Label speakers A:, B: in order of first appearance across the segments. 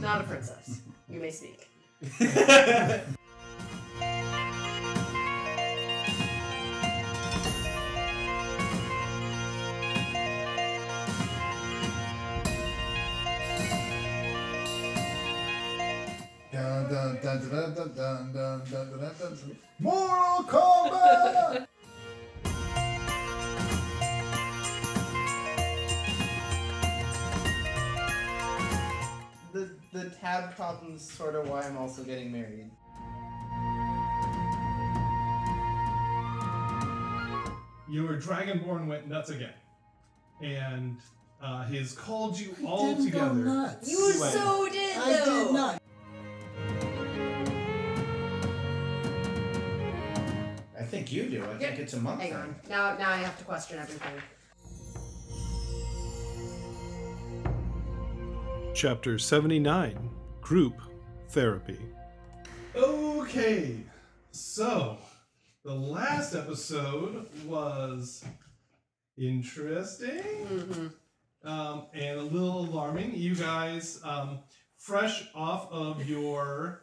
A: Not a princess. You may speak.
B: Dun, dun, dun, dun, dun, dun, dun, dun, dun, dun, dun, dun. Mortal Kombat!
C: The the tab problem's sort of why I'm also getting married.
D: your dragonborn went nuts again, and uh, has called you
B: I
D: all
B: didn't go
D: together.
B: nuts.
A: You
D: Wait.
A: so did
B: I
A: though.
B: did not.
C: I think you do. I think
A: Yeah.
C: it's a month.
A: Hang
C: thing.
A: on. Now, now I have to question everything.
E: Chapter 79 Group Therapy.
D: Okay, so the last episode was interesting
A: Mm-hmm.
D: um, and a little alarming. You guys, um, fresh off of your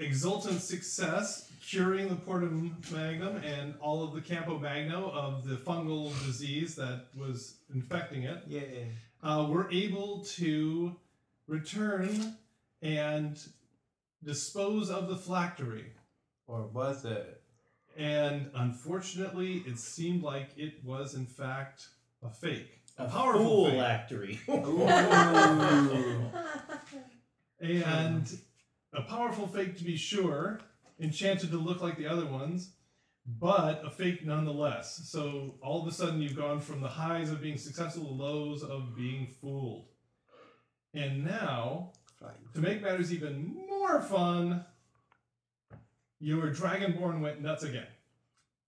D: exultant success curing the portum magnum and all of the campo magno of the fungal disease that was infecting it
F: Yeah.
D: uh, were able to return and dispose of the flactory.
F: Or was it?
D: And unfortunately, it seemed like it was, in fact, a fake.
C: A
D: Powerful
C: fool
D: thing.
C: actory.
F: Ooh.
D: And a powerful fake, to be sure, enchanted to look like the other ones, but a fake nonetheless. So all of a sudden, you've gone from the highs of being successful to lows of being fooled. And now To make matters even more fun, your dragonborn went nuts again,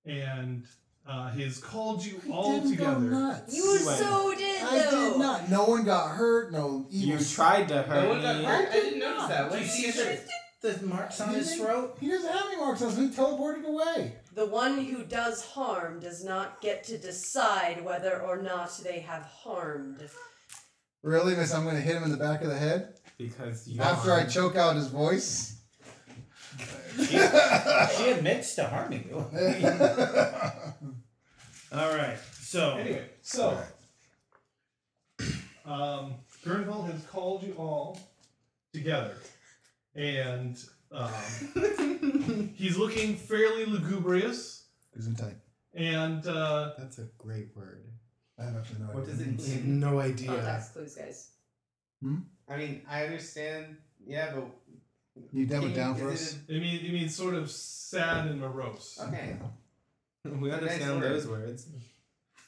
D: and uh, has called you all
B: didn't Go
D: together.
B: nuts.
A: You
F: Wait.
A: so did though.
B: I did not. No one got hurt. No evil.
F: You tried to
C: I
F: hurt
C: wouldn't have
F: me.
C: heard- I didn't notice that. When
B: You
C: did he get the, the marks on
B: You
C: his
B: didn't-
C: throat?
B: He doesn't have any marks on him. He teleported away.
A: The one who does harm does not get to decide whether or not they have harmed.
B: Really, miss? I'm going to hit him in the back of the head
F: Because you
B: after I choke out his voice.
C: She, she admits to harming you. All right. So
D: Anyway, so um, Gernhold has called you all together, and um, he's looking fairly lugubrious,
B: Isn't tight.
D: and uh,
G: That's a great word.
B: I don't actually know
C: what does it
B: means.
C: mean?
G: No idea.
A: Context clues, guys.
C: I mean, I understand. Yeah, but
B: Can You dumb
C: can
B: it
C: you-
B: down for
C: is
B: us.
C: it
D: it mean it means sort of sad and morose.
C: a- Okay.
F: we understand
C: Nice word.
F: those words.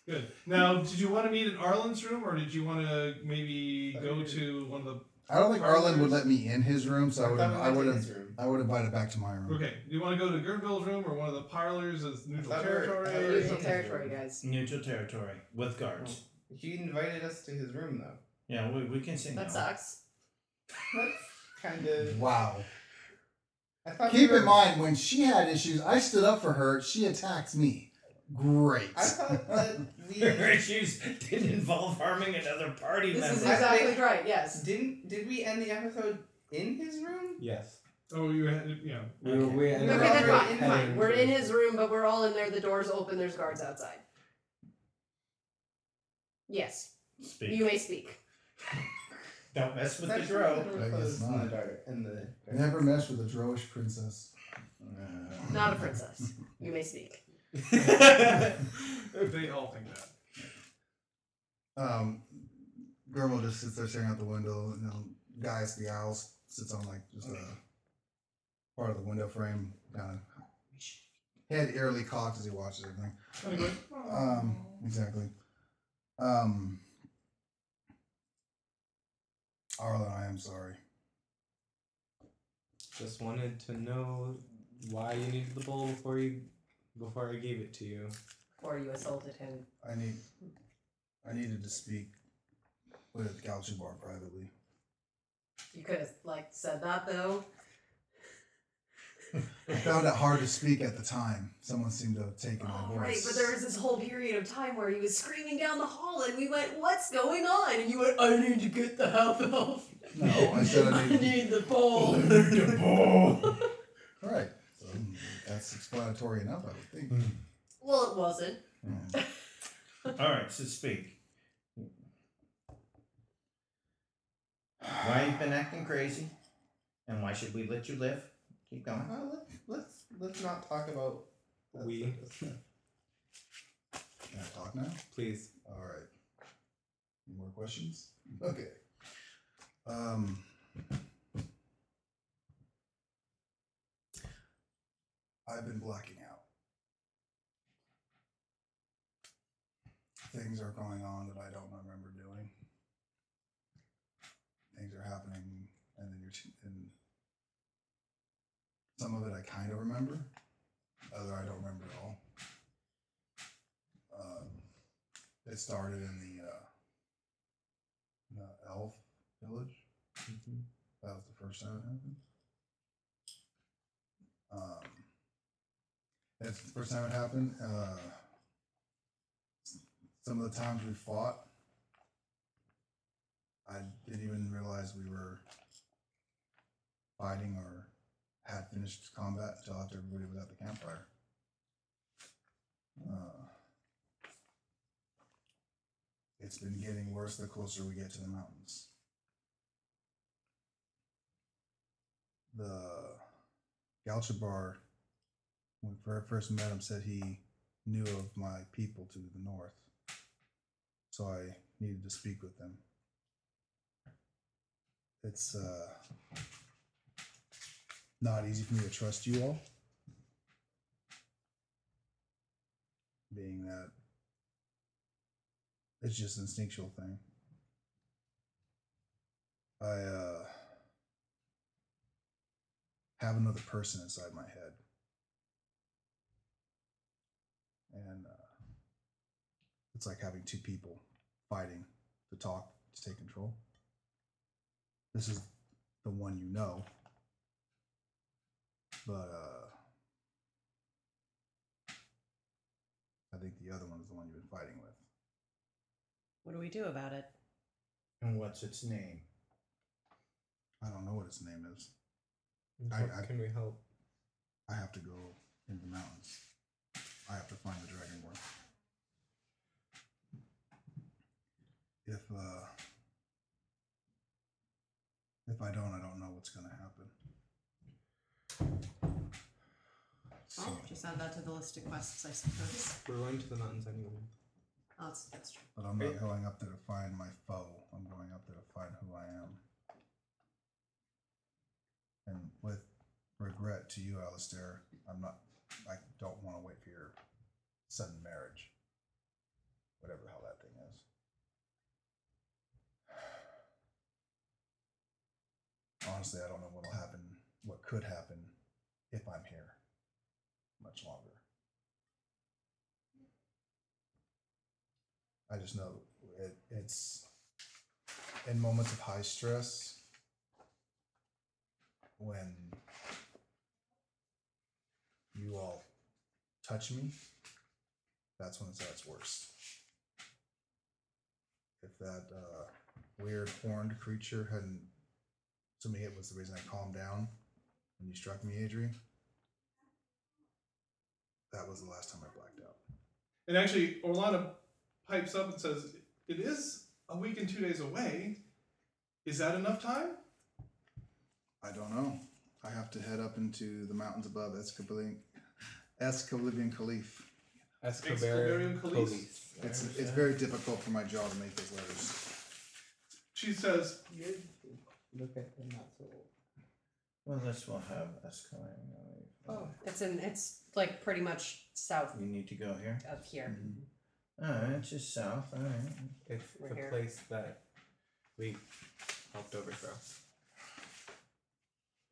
D: Good. Now, did you want to meet in Arlen's room, or did you want to maybe go to one of the
B: I don't think Arlen would let me in his room, so I would.
C: thought we
B: I
C: went
B: would
C: to
B: have.
C: his room.
B: I would have invited back to my room.
D: Okay, do you want to go to Gernville's room or one of the parlors as
C: I
D: neutral
C: thought we were- I thought we were
D: territory?
A: Neutral territory, guys.
C: Neutral territory with guards.
F: He invited us to his room though.
C: Yeah, we, we can sing
A: That sucks.
C: That's kind of.
B: Wow.
C: I thought we
B: Keep
C: were-
B: in mind, when she had issues, I stood up for her. She attacks me. Great.
C: I thought that we
H: Your issues did involve harming another party
A: This is
H: member.
A: exactly right. Yes.
C: didn't. Did we end the episode in his room?
F: Yes.
D: Oh, you had, yeah.
F: We were we
A: Okay,
F: ended
C: We're
A: then fine.
C: already in
A: Fine.
C: his
A: We're in his room, but we're all in there. The door's open. There's guards outside. Yes.
H: Speak.
A: You may speak.
H: Don't mess with the
C: That's
H: drone.
C: right, the door
B: I guess
C: closed in
B: not.
C: the dark. In the dark.
B: Never mess with a droish princess.
A: Not a princess. You may speak.
D: They all think that.
B: Um, Gurmo just sits there staring out the window, and um, guys, the owl sits on like just a part of the window frame, kind of head eerily cocked as he watches everything.
D: Anyway,
B: Um,
A: Oh.
B: exactly. Um, Arlen, I am sorry.
F: Just wanted to know why you needed the bowl before you before I gave it to you.
A: Or you assaulted him.
B: I need, I needed to speak with Galchubar privately.
A: You could have like said that though.
B: I found it hard to speak at the time. Someone seemed to have taken my
A: Oh,
B: voice.
A: right, but there was this whole period of time where he was screaming down the hall, and we went, "What's going on?" And you went, "I need to get the help." help."
B: No, I said I
A: I
B: need.
A: need the bowl.
B: All right. So that's explanatory enough, I would think. Hmm.
A: well, it wasn't.
B: Yeah.
H: All right, so speak. Why you've been acting crazy, and why should we let you live? Keep going.
C: Uh, let's, let's let's not talk about that
F: We-
C: sort of stuff.
B: Can I talk now?
F: Please.
B: All right. Any more questions? Okay. Um, I've been blacking out. Things are going on that I don't remember doing. Things are happening, and then you're t- and some of it I kind of remember, other I don't remember at all. Um, it started in the uh, the elf village. That was the first time it happened. Um, that's the first time it happened. Uh, some of the times we fought, I didn't even realize we were fighting or had finished combat until after everybody was at the campfire. Uh, it's been getting worse the closer we get to the mountains. The Galchabar, when we fir- first met him, said he knew of my people to the north. So I needed to speak with them. It's uh, not easy for me to trust you all. Being that it's just an instinctual thing. I uh, have another person inside my head, and uh, it's like having two people fighting to talk to take control. This is the one you know, but uh, I think the other one is the one you've been fighting with.
G: What do we do about it?
H: And what's its name?
B: I don't know what its name is. I-
F: What
B: I-
F: can we help?
B: I have to go into the mountains. I have to find the dragonborn. If uh, if I don't, I don't know what's gonna happen. So,
A: Oh,
G: Well, just add that to the list of quests, I suppose.
F: We're going to the mountains anyway.
G: Oh, that's, that's true.
B: but I'm not going up there to find my foe. I'm going up there to find who I am. And with regret to you, Alistair, I'm not. I don't want to wait for your sudden marriage. Whatever the hell that thing is. Honestly, I don't know what'll happen. What could happen if I'm here much longer. I just know it, it's in moments of high stress when you all touch me, that's when it's at its worst. If that uh, weird horned creature hadn't, to me, it was the reason I calmed down when you struck me, Adrian. That was the last time I blacked out.
D: And actually, Orlana pipes up and says, It is a week and two days away. Is that enough time?
B: I don't know. I have to head up into the mountains above Escalibian, Escalibian Caliph.
D: Excalibarium Calise.
B: It's, it's very difficult for my jaw to make those letters.
D: She says,
C: You're- Look at them, not so old.
H: Well, this will have us coming.
G: Oh, it's in. It's like pretty much south
H: You need to go here.
G: of here.
H: Mm-hmm. All right, it's just south. All right.
F: It's
G: We're
F: the
G: here.
F: place that we helped overthrow.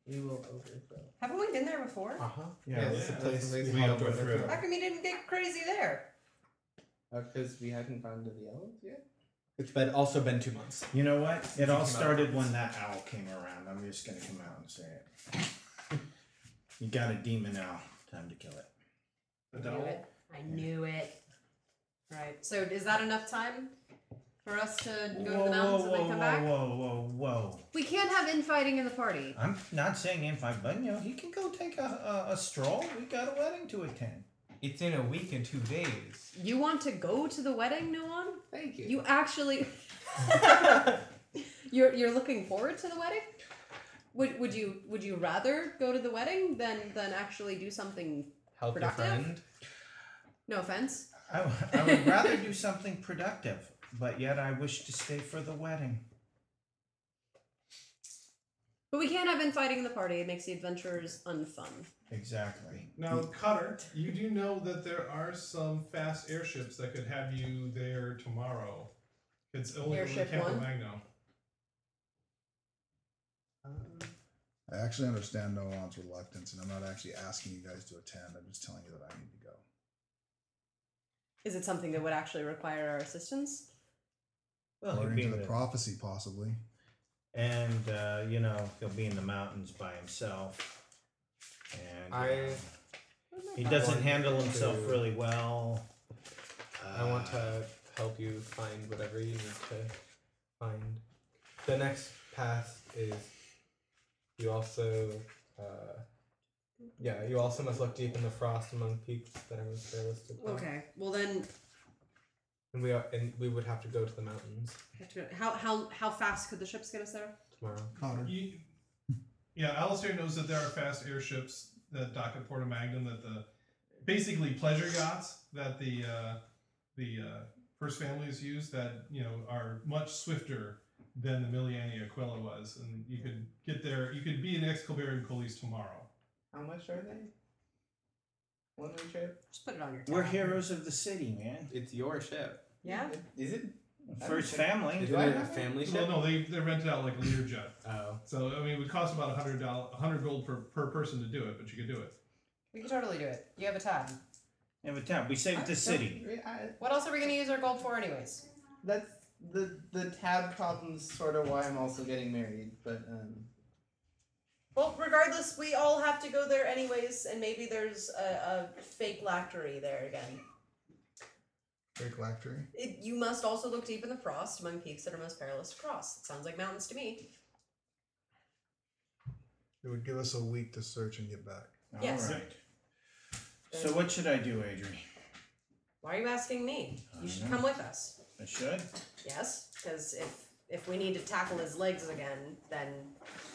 C: We will overthrow.
G: Haven't we been there before?
I: Uh-huh.
F: Uh huh.
H: Yeah,
C: Yeah,
F: it's
C: that's
F: the
C: the
F: place
C: place
F: we
H: we
F: helped
H: overthrew.
F: overthrow.
G: How come you didn't get crazy there?
C: Because Oh, we hadn't gone to the elves yet?
F: It's been also been two months.
H: You know what? It
F: Come
H: all
F: out.
H: started when that owl came around. I'm just gonna come out and say it. you got a demon owl. Time to kill it.
D: "A
G: I knew
D: dowel."
G: it. I knew it. Right. So is that enough time?
A: for us to go
H: Whoa,
A: to the
H: whoa,
A: mountains and
H: whoa,
A: then come back?
H: whoa, whoa, whoa.
A: We can't have infighting in the party.
H: I'm not saying if I, but you know, he can go take a, a, a stroll. We got a wedding to attend.
I: It's in a week and two days.
A: You want to go to the wedding, Noan?
C: Thank you.
A: You actually You're you're looking forward to the wedding? Would would you would you rather go to the wedding than than actually do something
I: Help
A: Productive?
I: your friend.
A: no offense?
H: I, w- I would rather do something productive, but yet I wish to stay for the wedding.
A: But we can't have infighting in the party. It makes the adventures unfun.
H: Exactly.
D: Now, Cutter, you do know that there are some fast airships that could have you there tomorrow. It's only over
A: Airship
D: Campo
A: one?
D: Magno.
B: I actually understand Nolan's reluctance, and I'm not actually asking you guys to attend. I'm just telling you that I need to go.
A: Is it something that would actually require our assistance?
D: Oh,
H: Well, he'll be
B: According to
H: in
B: the
H: the
B: prophecy, possibly.
H: and uh, you know he'll be in the mountains by himself, and you
I: I-
H: know, he doesn't
I: want
H: handle himself
I: to-
H: really well.
I: I want
H: Uh,
I: to help you find whatever you need to find. The next path is you also, uh, yeah, you also must look deep in the frost among peaks that I was realistic. about.
A: Well then
I: And we are, and we would have to go to the mountains
A: how how how fast could the ships get us there?
I: tomorrow.
B: Connor.
D: You, yeah, Alistair knows that there are fast airships that dock at Porto Magnum that the basically pleasure yachts that the uh, the uh, first families use that you know are much swifter than the Miliani Aquila was, and you could get there. You could be in Excalibur Colis tomorrow.
C: How much are they? One way trip?
A: Just put it on your
H: We're
A: tab.
H: heroes of the city, man.
I: It's your ship.
A: Yeah.
C: Is it?
H: First
C: Okay.
H: family.
I: Is
C: Do I
I: it a
C: have it?
I: family ship?
D: Well, no, they they rented out like a Learjet,
I: Oh.
D: so I mean it would cost about a hundred dollars, hundred gold per, per person to do it, but you could do it.
A: We could totally do it. You have a tab.
H: Yeah, but Tom, we saved the city.
C: I- I-
A: What else are we gonna use our gold for anyways?
C: that's the the tab problem's sort of why I'm also getting married, but um,
J: Well, regardless, we all have to go there anyways, and maybe there's a, a fake lactery there again.
B: Fake Lactory.
A: It, you must also look deep in the frost among peaks that are most perilous to cross. It sounds like mountains to me.
B: It would give us a week to search and get back.
A: Yes.
H: All right. So what should I do, Adrian?
A: Why are you asking me? You should come with us.
H: I should.
A: Yes, because if if we need to tackle his legs again, then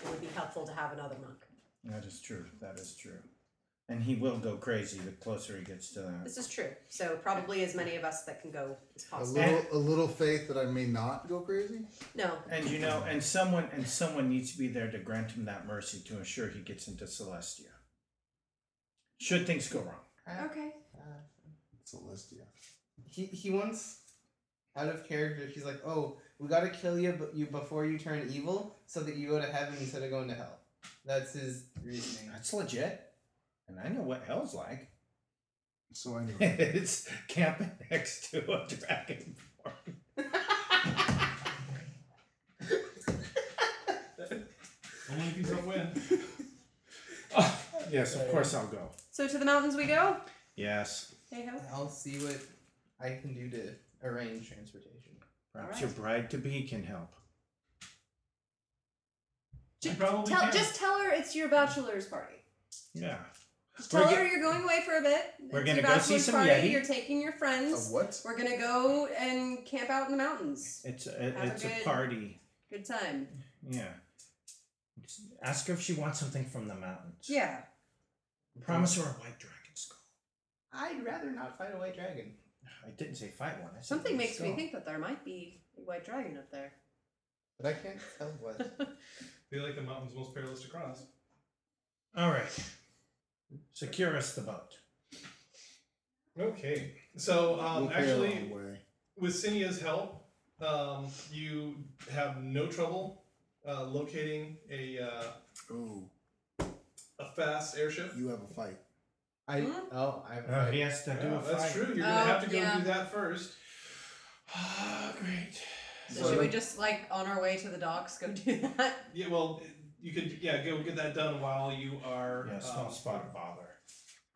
A: it would be helpful to have another monk.
H: That is true. That is true. And he will go crazy the closer he gets to that.
A: This is true. So probably as many of us that can go as
B: A
A: possible.
B: little, a little faith that I may not go crazy.
A: No,
H: And you know, and someone and someone needs to be there to grant him that mercy to ensure he gets into Celestia. Should things go wrong.
A: Okay.
B: Celestia.
C: he he once out of character. He's like, oh, we gotta kill you, but you before you turn evil, so that you go to heaven instead of going to hell. That's his reasoning.
H: That's legit. And I know what hell's like.
B: So I knew.
H: it's camping next to a dragonborn.
D: Only if he's up win.
H: Oh, yes, of course I'll go.
A: So to the mountains we go.
H: Yes.
A: Hey ho.
C: I'll see what I can do to arrange transportation.
H: Perhaps
A: Alright.
H: your bride to be can help.
D: You probably
A: tell,
D: can.
A: just tell her it's your bachelor's party.
H: Yeah.
A: Just
H: We're
A: tell
H: ge-
A: her you're going away for a bit.
H: We're
A: It's
H: gonna
A: your
H: go see
A: bachelor's
H: some
A: party.
H: Yeti.
A: You're taking your
B: A
A: friends.
B: what?
A: We're gonna go and camp out in the mountains.
H: It's a,
A: Have a
H: it's a,
A: good-
H: party.
A: Good time.
H: Yeah. Just Ask her if she wants something from the mountains.
A: Yeah.
H: Promise her a white dragon skull.
C: I'd rather not fight a white dragon.
H: I didn't say fight one. I said
A: Something
H: white
A: makes me
H: skull.
A: think that there might be a white dragon up there.
C: But I can't tell what.
D: They like the mountains most perilous to cross.
H: All right. Secure us the boat.
D: Okay. So um,
B: We'll carry a
D: actually,
B: long way.
D: with Cynia's help, um, you have no trouble uh, locating a uh,
B: Ooh,
D: a fast airship.
B: Oh, you have a fight.
C: I
A: Hmm?
C: oh I
H: Oh,
D: Uh,
H: he has to do
D: Yeah,
H: a fight.
D: that's true. You're gonna
A: Oh,
D: have to go
A: yeah.
D: do that first.
H: Ah, great.
A: So should we just like on our way to the docks go do that?
D: Yeah. Well, you could yeah go get that done while you are
H: Yeah, small
D: um,
H: spot of bother.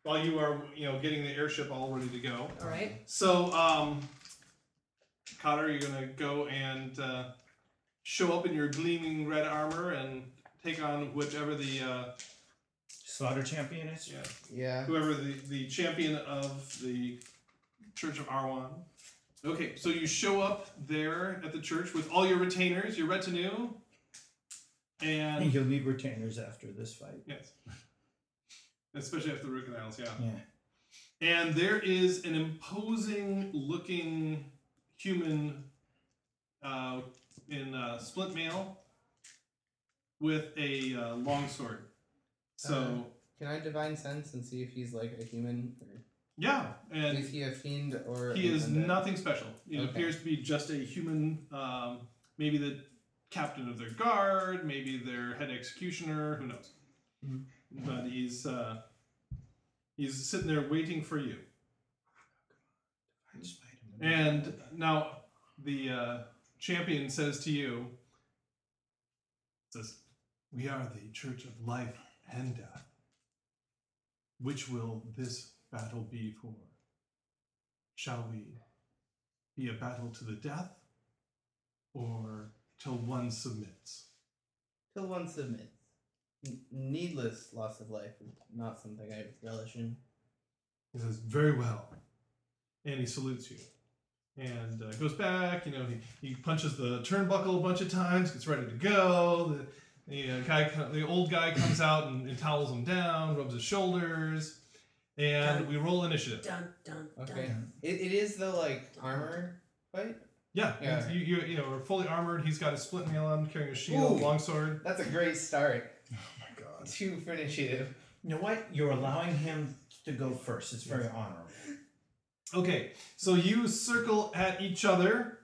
D: while you are you know getting the airship all ready to go.
A: All right.
D: So um, Cotter, you're gonna go and uh, show up in your gleaming red armor and take on whichever the uh,
H: Slaughter champion is?
D: Yeah.
C: Yeah.
D: whoever the, the champion of the Church of Arwan. Okay, so you show up there at the church with all your retainers, your retinue,
H: I
D: and
H: think you'll need retainers after this fight.
D: Yes. Especially after the Rook and Isles, yeah.
H: Yeah.
D: And there is an imposing looking human uh, in uh, splint mail with a uh, long sword. So,
C: Can I divine sense and see if he's like a human? Or
D: yeah. And
C: is he a fiend or?
D: He
C: an
D: is
C: undead?
D: nothing special. It
C: Okay.
D: appears to be just a human, um, maybe the captain of their guard, maybe their head executioner, who knows.
C: Mhm.
D: But he's uh, he's sitting there waiting for you. And now the uh, champion says to you, says, "We are the Church of Life and Death. Which will this battle be for? Shall we be a battle to the death, or till one submits?"
C: Till one submits. N- needless loss of life is not something I relish in.
D: He says, "Very well," and he salutes you, and uh, goes back. You know, he, he punches the turnbuckle a bunch of times, gets ready to go. The, the uh, guy, co- the old guy, comes out and, and towels him down, rubs his shoulders, and we roll initiative.
A: Dun dun dun.
C: Okay. It, it is the like armor fight.
D: Yeah,
C: Yeah.
D: You, you you know we're fully armored. He's got his split mail on, carrying a shield,
C: Ooh.
D: longsword.
C: That's a great start.
B: Oh my god.
C: Two for initiative.
H: You know what? You're allowing him to go first. It's very honorable.
D: Okay, so you circle at each other,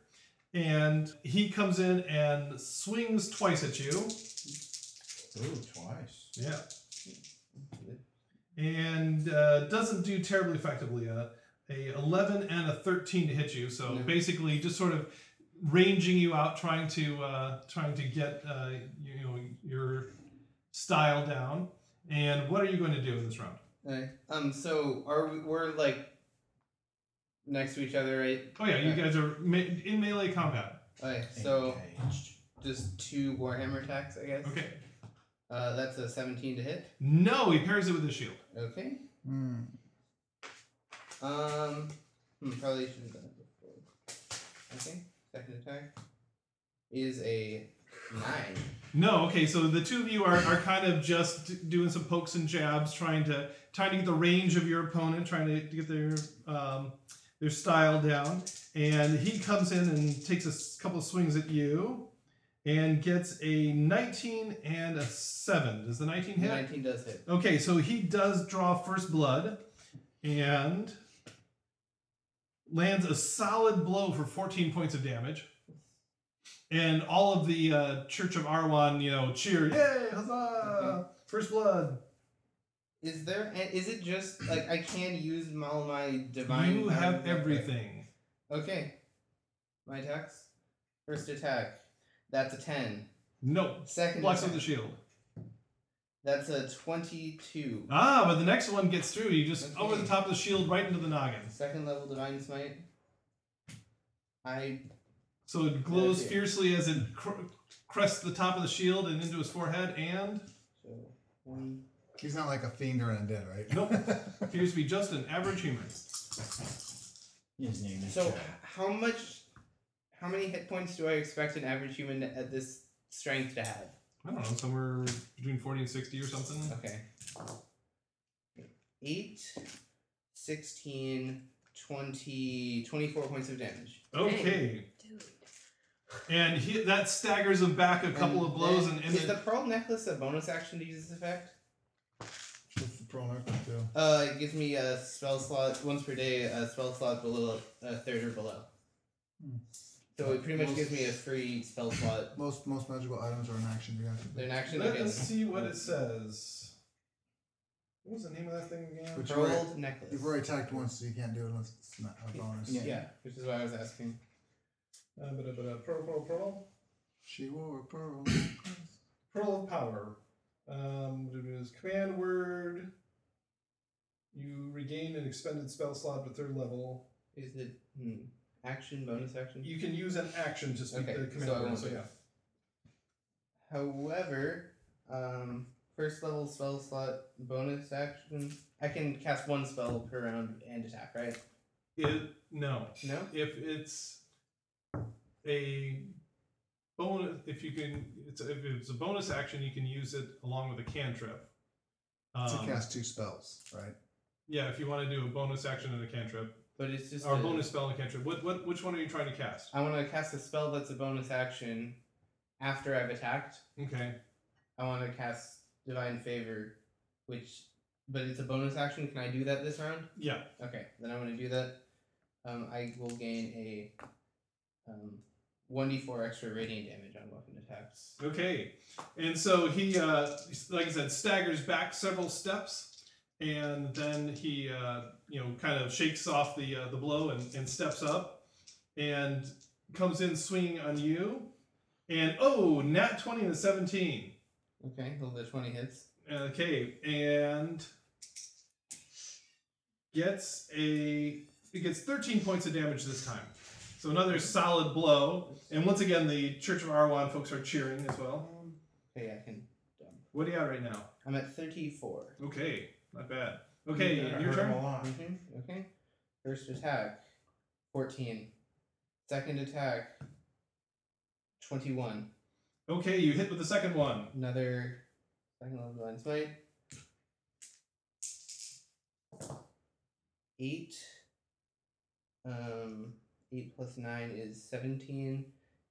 D: and he comes in and swings twice at you.
H: Ooh, twice.
D: Yeah. And uh, doesn't do terribly effectively. Uh, a 11 and a 13 to hit you. So
C: Yeah.
D: basically, just sort of ranging you out, trying to uh, trying to get uh, you, you know your style down. And what are you going to do in this round?
C: Okay. Um. So are we? We're like next to each other, right?
D: Oh yeah, you
C: Okay.
D: guys are me- in melee combat.
C: Okay. So
H: Engaged.
C: just two warhammer attacks, I guess.
D: Okay.
C: Uh, that's a seventeen to hit.
D: No, he pairs it with a shield.
C: Okay.
B: Hmm.
C: Um. hmm, probably should have done it before. Okay. Second attack is a nine.
D: No, okay, so the two of you are, are kind of just d- doing some pokes and jabs, trying to trying to get the range of your opponent, trying to get their um, their style down. And he comes in and takes a s- couple of swings at you, and gets a 19 and a seven. Does the 19 hit?
C: Nineteen does hit.
D: Okay, so he does draw first blood, and lands a solid blow for 14 points of damage. And all of the uh, Church of Arwan, you know, cheer, yay, huzzah, first blood.
C: Is there? a- Is it just like I can use all my divine?
D: you
C: powers,
D: have
C: okay.
D: everything.
C: Okay. My attacks. First attack. That's a ten.
D: No,
C: Second
D: blocks with
C: attack.
D: the shield.
C: That's a 22.
D: Ah, but the next one gets through. You just
C: Okay.
D: over the top of the shield right into the noggin.
C: Second level Divine Smite. I.
D: So it glows
C: Okay.
D: fiercely as it cr- crests the top of the shield and into his forehead, and
C: So, one.
B: He's not like a fiend or an undead, right?
D: Nope. appears to be just an average human.
H: His name is
C: So, h-
H: Jack.
C: how much. How many hit points do I expect an average human at this strength to have?
D: I don't know, somewhere between 40 and 60 or something.
C: Okay. 8, 16, 20, 24 points of damage.
D: Okay.
G: Dude.
D: And he, that staggers him back a couple of blows
C: then-
D: and, and
C: Is
D: then,
C: the Pearl Necklace a bonus action to use this effect?
B: What's the pro necklace do?
C: Uh, it gives me a spell slot once per day, a spell slot below a third or below. So it pretty much gives me a free spell slot.
B: Most most magical items are an action reaction.
C: They're an action
D: let us
C: against
D: see what it says. What was the name of that thing again?
B: Which you already,
C: Pearl necklace.
B: you've already attacked once, so you can't do it unless it's not a bonus.
C: yeah. which is why I was asking.
D: Uh, but, uh, but, uh, pearl, pearl, pearl.
B: She wore a pearl.
D: Pearl of power. Um, it is command word. You regain an expended spell slot at third level.
C: Is it? Hmm. action, bonus action?
D: You can use an action to speak
C: Okay,
D: the
C: so I
D: command word,
C: won't
D: so
C: do
D: yeah.
C: it. However, um, first level spell slot bonus action. I can cast one spell per round and attack, right?
D: It, no.
C: No?
D: If it's a bonus, if you can, it's if it's a bonus action, you can use it along with a cantrip.
B: to
D: Um,
B: cast two spells, right?
D: Yeah, if you want to do a bonus action and a cantrip,
C: But it's just
D: or a
C: a-
D: bonus spell and a cantrip. What, what, which one are you trying to cast?
C: I want to cast a spell that's a bonus action after I've attacked.
D: Okay.
C: I want to cast Divine Favor, which, but it's a bonus action. Can I do that this round?
D: Yeah.
C: Okay, then I'm going to do that. Um, I will gain a um, 1d4 extra radiant damage on weapon attacks.
D: Okay, and so he, uh, like I said, staggers back several steps, and then he, uh, you know, kind of shakes off the uh, the blow and, and steps up, and comes in swinging on you, and oh, nat twenty and a seventeen.
C: Okay, well, the 20 hits.
D: Okay, and gets a it gets 13 points of damage this time. So another solid blow, and once again the Church of Arwan folks are cheering as well.
C: Um, Okay, I can. um,
D: What do you at right now?
C: I'm at 34.
D: Okay, not bad. Okay,
H: You better
D: your
H: hurt 'em
D: turn.
H: a lot.
C: Mhm, Okay. First attack, 14. Second attack, 21.
D: Okay, you hit with the second one.
C: Another second level divine smite. Eight. Um, eight plus nine is 17,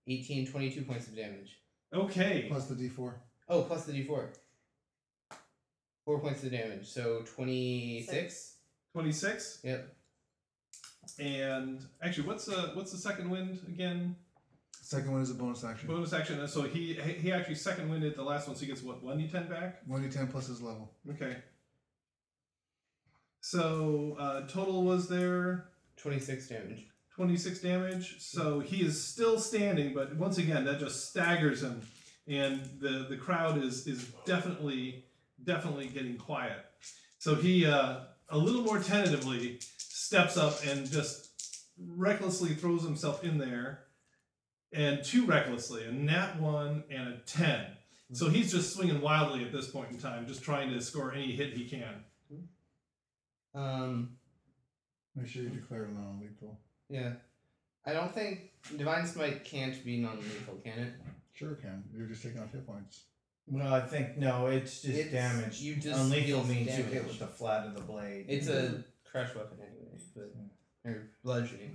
C: 18, 22 points of damage.
D: Okay,
B: Plus the D4.
C: Oh, plus the d4. Four points of damage, so 26.
D: 26.
C: Yep.
D: And actually, what's the what's the second wind again?
B: Second one is a bonus action.
D: Bonus action. uh, So he he actually second winded the last one, so he gets what one d10 back.
B: 1d10 plus his level.
D: Okay. So uh, total was there
C: 26 damage.
D: 26 damage. So he is still standing, but once again, that just staggers him, and the the crowd is is definitely definitely getting quiet. So he uh, a little more tentatively steps up and just recklessly throws himself in there, and too recklessly, a nat one and a ten. So he's just swinging wildly at this point in time, just trying to score any hit he can.
C: Um,
B: Make sure you declare it non lethal.
C: yeah. I don't think Divine Smite can't be non lethal, can it?
B: Sure can. You're just taking off hit points.
H: No, I think no. It's just
C: It's-
H: damage.
C: you just
H: Unlethal
C: deal
H: means you
C: damage.
H: hit with the flat of the blade.
C: It's a crush weapon anyway, but or bludgeoning.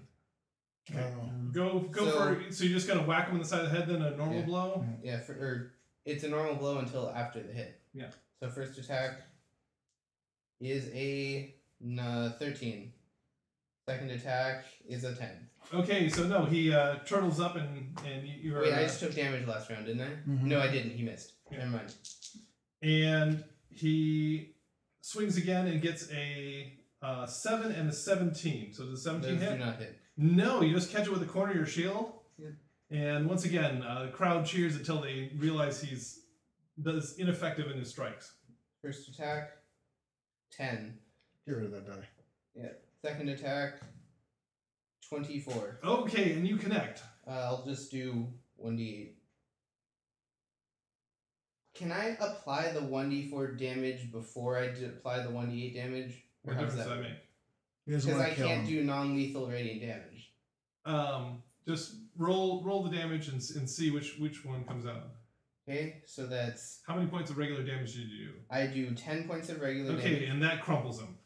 B: I don't know.
H: Oh.
D: Go, go
C: So-
D: for. So you're just gonna whack him in the side of the head, then a normal
C: Yeah.
D: blow.
C: Yeah, for, or it's a normal blow until after the hit.
D: Yeah.
C: So first attack is a uh, thirteen. Second attack is a ten.
D: Okay, so no, he uh, turtles up and and you, you are,
C: Wait, I
D: uh,
C: just took damage last round, didn't I?
B: Mhm.
C: No, I didn't. He missed.
D: Mm-hmm. Yeah.
C: Never mind.
D: and he swings again and gets a uh, seven and a seventeen. So does seventeen
C: Those do
D: hit?
C: not hit.
D: No, you just catch it with the corner of your shield.
C: Yeah.
D: And once again, uh, the crowd cheers until they realize he's does ineffective in his strikes.
C: First attack, ten.
B: Get rid of that die.
C: Second attack, twenty-four.
D: Okay, and you connect.
C: Uh, I'll just do one d eight. Can I apply the one d four damage before I d- apply the one d eight damage? Or
D: What
C: how does
D: difference does that
C: work?
D: make?
B: He doesn't
C: Because
B: wanna
C: I
B: kill
C: can't
B: him.
C: do non-lethal radiant damage.
D: Um, just roll roll the damage and, s- and see which which one comes out.
C: Okay, so that's
D: How many points of regular damage did you
C: I do ten points of
D: do?
C: regular
D: Okay,
C: damage.
D: and that crumples him.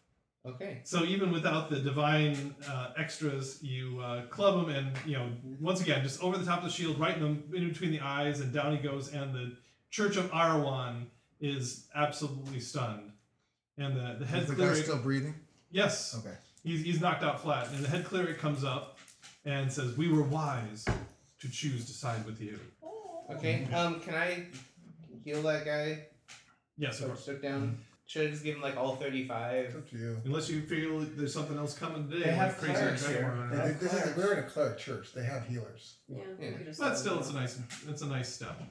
C: Okay.
D: So even without the divine uh, extras, you uh, club him, and you know once again just over the top of the shield, right in, the, in between the eyes, and down he goes. And the Church of Arwan is absolutely stunned, and the the head
B: Is the guy
D: cleric
B: still breathing?
D: yes,
B: Okay.
D: he's he's knocked out flat, and the head cleric comes up and says, "We were wise to choose to side with you."
C: Okay. Um, can I heal that guy?
D: Yes, of
C: So
D: course.
C: took down. Should I just give him like all
B: It's
C: thirty-five?
B: up to you.
D: Unless you feel there's something else coming today,
H: They
D: like
H: have
D: crazy
H: clerics
D: dragon
H: here.
D: warrior.
H: They have
B: This is,
H: clerics.
B: we're in a cleric church. They have healers.
A: Yeah.
C: Yeah.
A: we could just
D: But
A: let
D: still,
A: him
D: it's a
A: go.
D: nice, it's a nice step.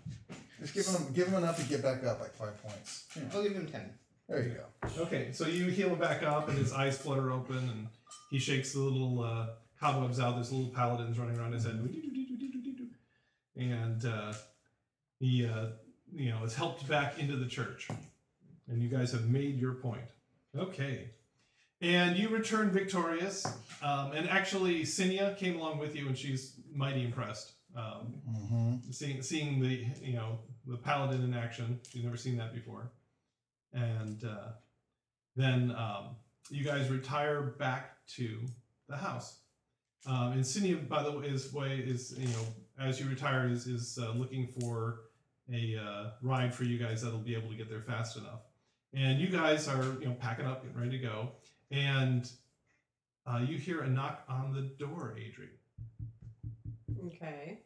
B: Just give him, give him enough to get back up, like five points.
C: I'll give him ten.
B: There you go.
D: Okay, so you heal him back up, and his eyes flutter open, and he shakes the little uh, cobwebs out. There's little paladins running around his head, and uh, he, uh, you know, is helped back into the church. And you guys have made your point. Okay. And you return victorious. Um, and actually, Sinia came along with you, and she's mighty impressed. Um,
B: Mhm.
D: seeing seeing the you know the paladin in action. You've never seen that before, and uh, then um, you guys retire back to the house. Um, and Sinia, by the way, is way is you know as you retire is is uh, looking for a uh, ride for you guys that'll be able to get there fast enough. And you guys are you know packing up, getting ready to go, and uh, you hear a knock on the door, Adrian.
A: Okay.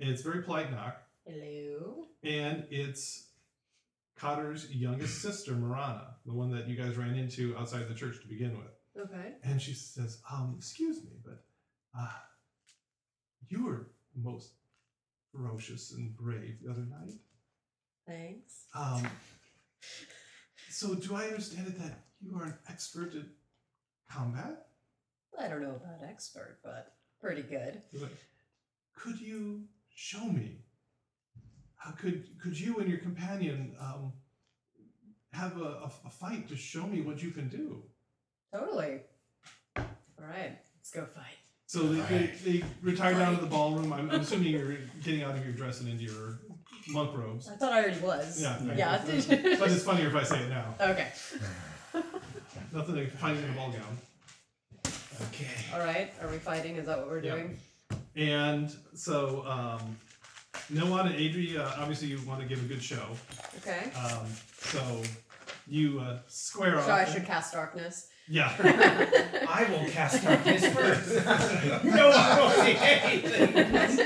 D: It's a very polite knock.
A: Hello.
D: and it's Cotter's youngest sister, Marana, the one that you guys ran into outside the church to begin with.
A: Okay.
D: And she says, um, excuse me, but uh, you were most ferocious and brave the other night.
A: Thanks.
D: Um, so do I understand it that you are an expert at combat?
A: I don't know about expert, but pretty good.
D: She's like, could you show me? How could could you and your companion um, have a, a, a fight to show me what you can do?
A: Totally. All right, let's go fight.
D: So they, they, they retire down to the ballroom. I'm, I'm assuming you're getting out of your dress and into your monk robes.
A: I thought I already was.
D: Yeah. I-
A: Yeah.
D: but it's funnier if I say it now.
A: Okay.
D: Nothing like finding a ball gown.
H: Okay.
A: All right. Are we fighting? Is that what we're
D: Yeah.
A: doing?
D: And so, um, Noah and Adria, obviously you want to give a good show.
A: Okay.
D: Um, so you uh, square off.
A: So I should cast darkness.
D: Yeah.
H: I will cast darkness first.
D: no,
H: That's,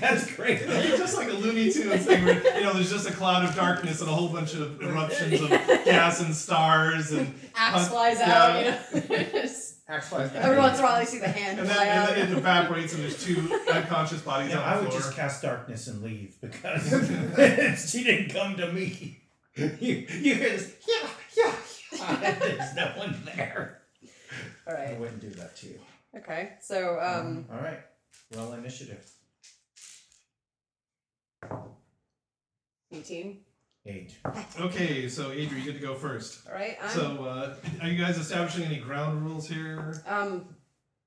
H: that's great.
D: It's just like a Looney Tunes thing where you know there's just a cloud of darkness and a whole bunch of eruptions of gas and stars and
A: Axe
D: Uh,
A: flies
D: yeah.
A: out. You know?
C: Axe flies back.
A: Every once in a while, you see the hand
D: and
A: fly
D: then, and
A: out.
D: then it evaporates and there's two unconscious bodies
H: Yeah, I
D: on the
H: would
D: floor.
H: just cast darkness and leave because she didn't come to me. You, you hear this? Yeah, yeah, yeah. There's no one there.
A: All
H: I
A: right.
H: wouldn't do that to you.
A: Okay. So um,
H: All right. Roll initiative.
A: 18.
H: Eight.
D: Okay, so Adri, you get to go first.
A: All right. I'm.
D: So, uh, are you guys establishing any ground rules here?
A: um.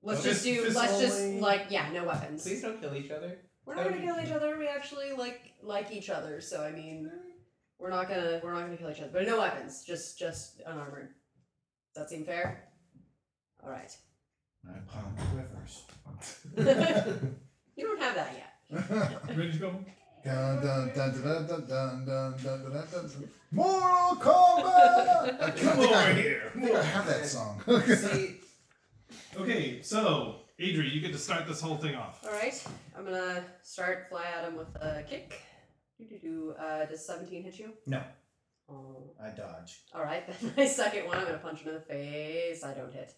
A: Let's
D: Okay.
A: just do.
D: Fist
A: let's just
D: only.
A: like yeah, no weapons.
C: Please don't kill each other.
A: We're not gonna kill each other. We actually like like each other. So I mean, we're not gonna we're not gonna kill each other. But no weapons. Just just unarmored. Does that seem fair? All right.
H: I palm quivers.
A: you don't have that yet.
D: Ready to go?
B: Dun, dun, dun, dun, dun, dun, dun, dun, dun, dun, dun, dun. Mortal Kombat! I
H: Come
B: think I-
H: over here.
B: I think I have that song.
C: See,
D: Okay, so Adri, you get to start this whole thing off.
A: All right. I'm gonna start fly at him with a kick. Do do do. Uh, does 17 hit you?
H: No.
A: Oh.
H: I dodge.
A: All right. Then my second one. I'm gonna punch him in the face. I don't hit.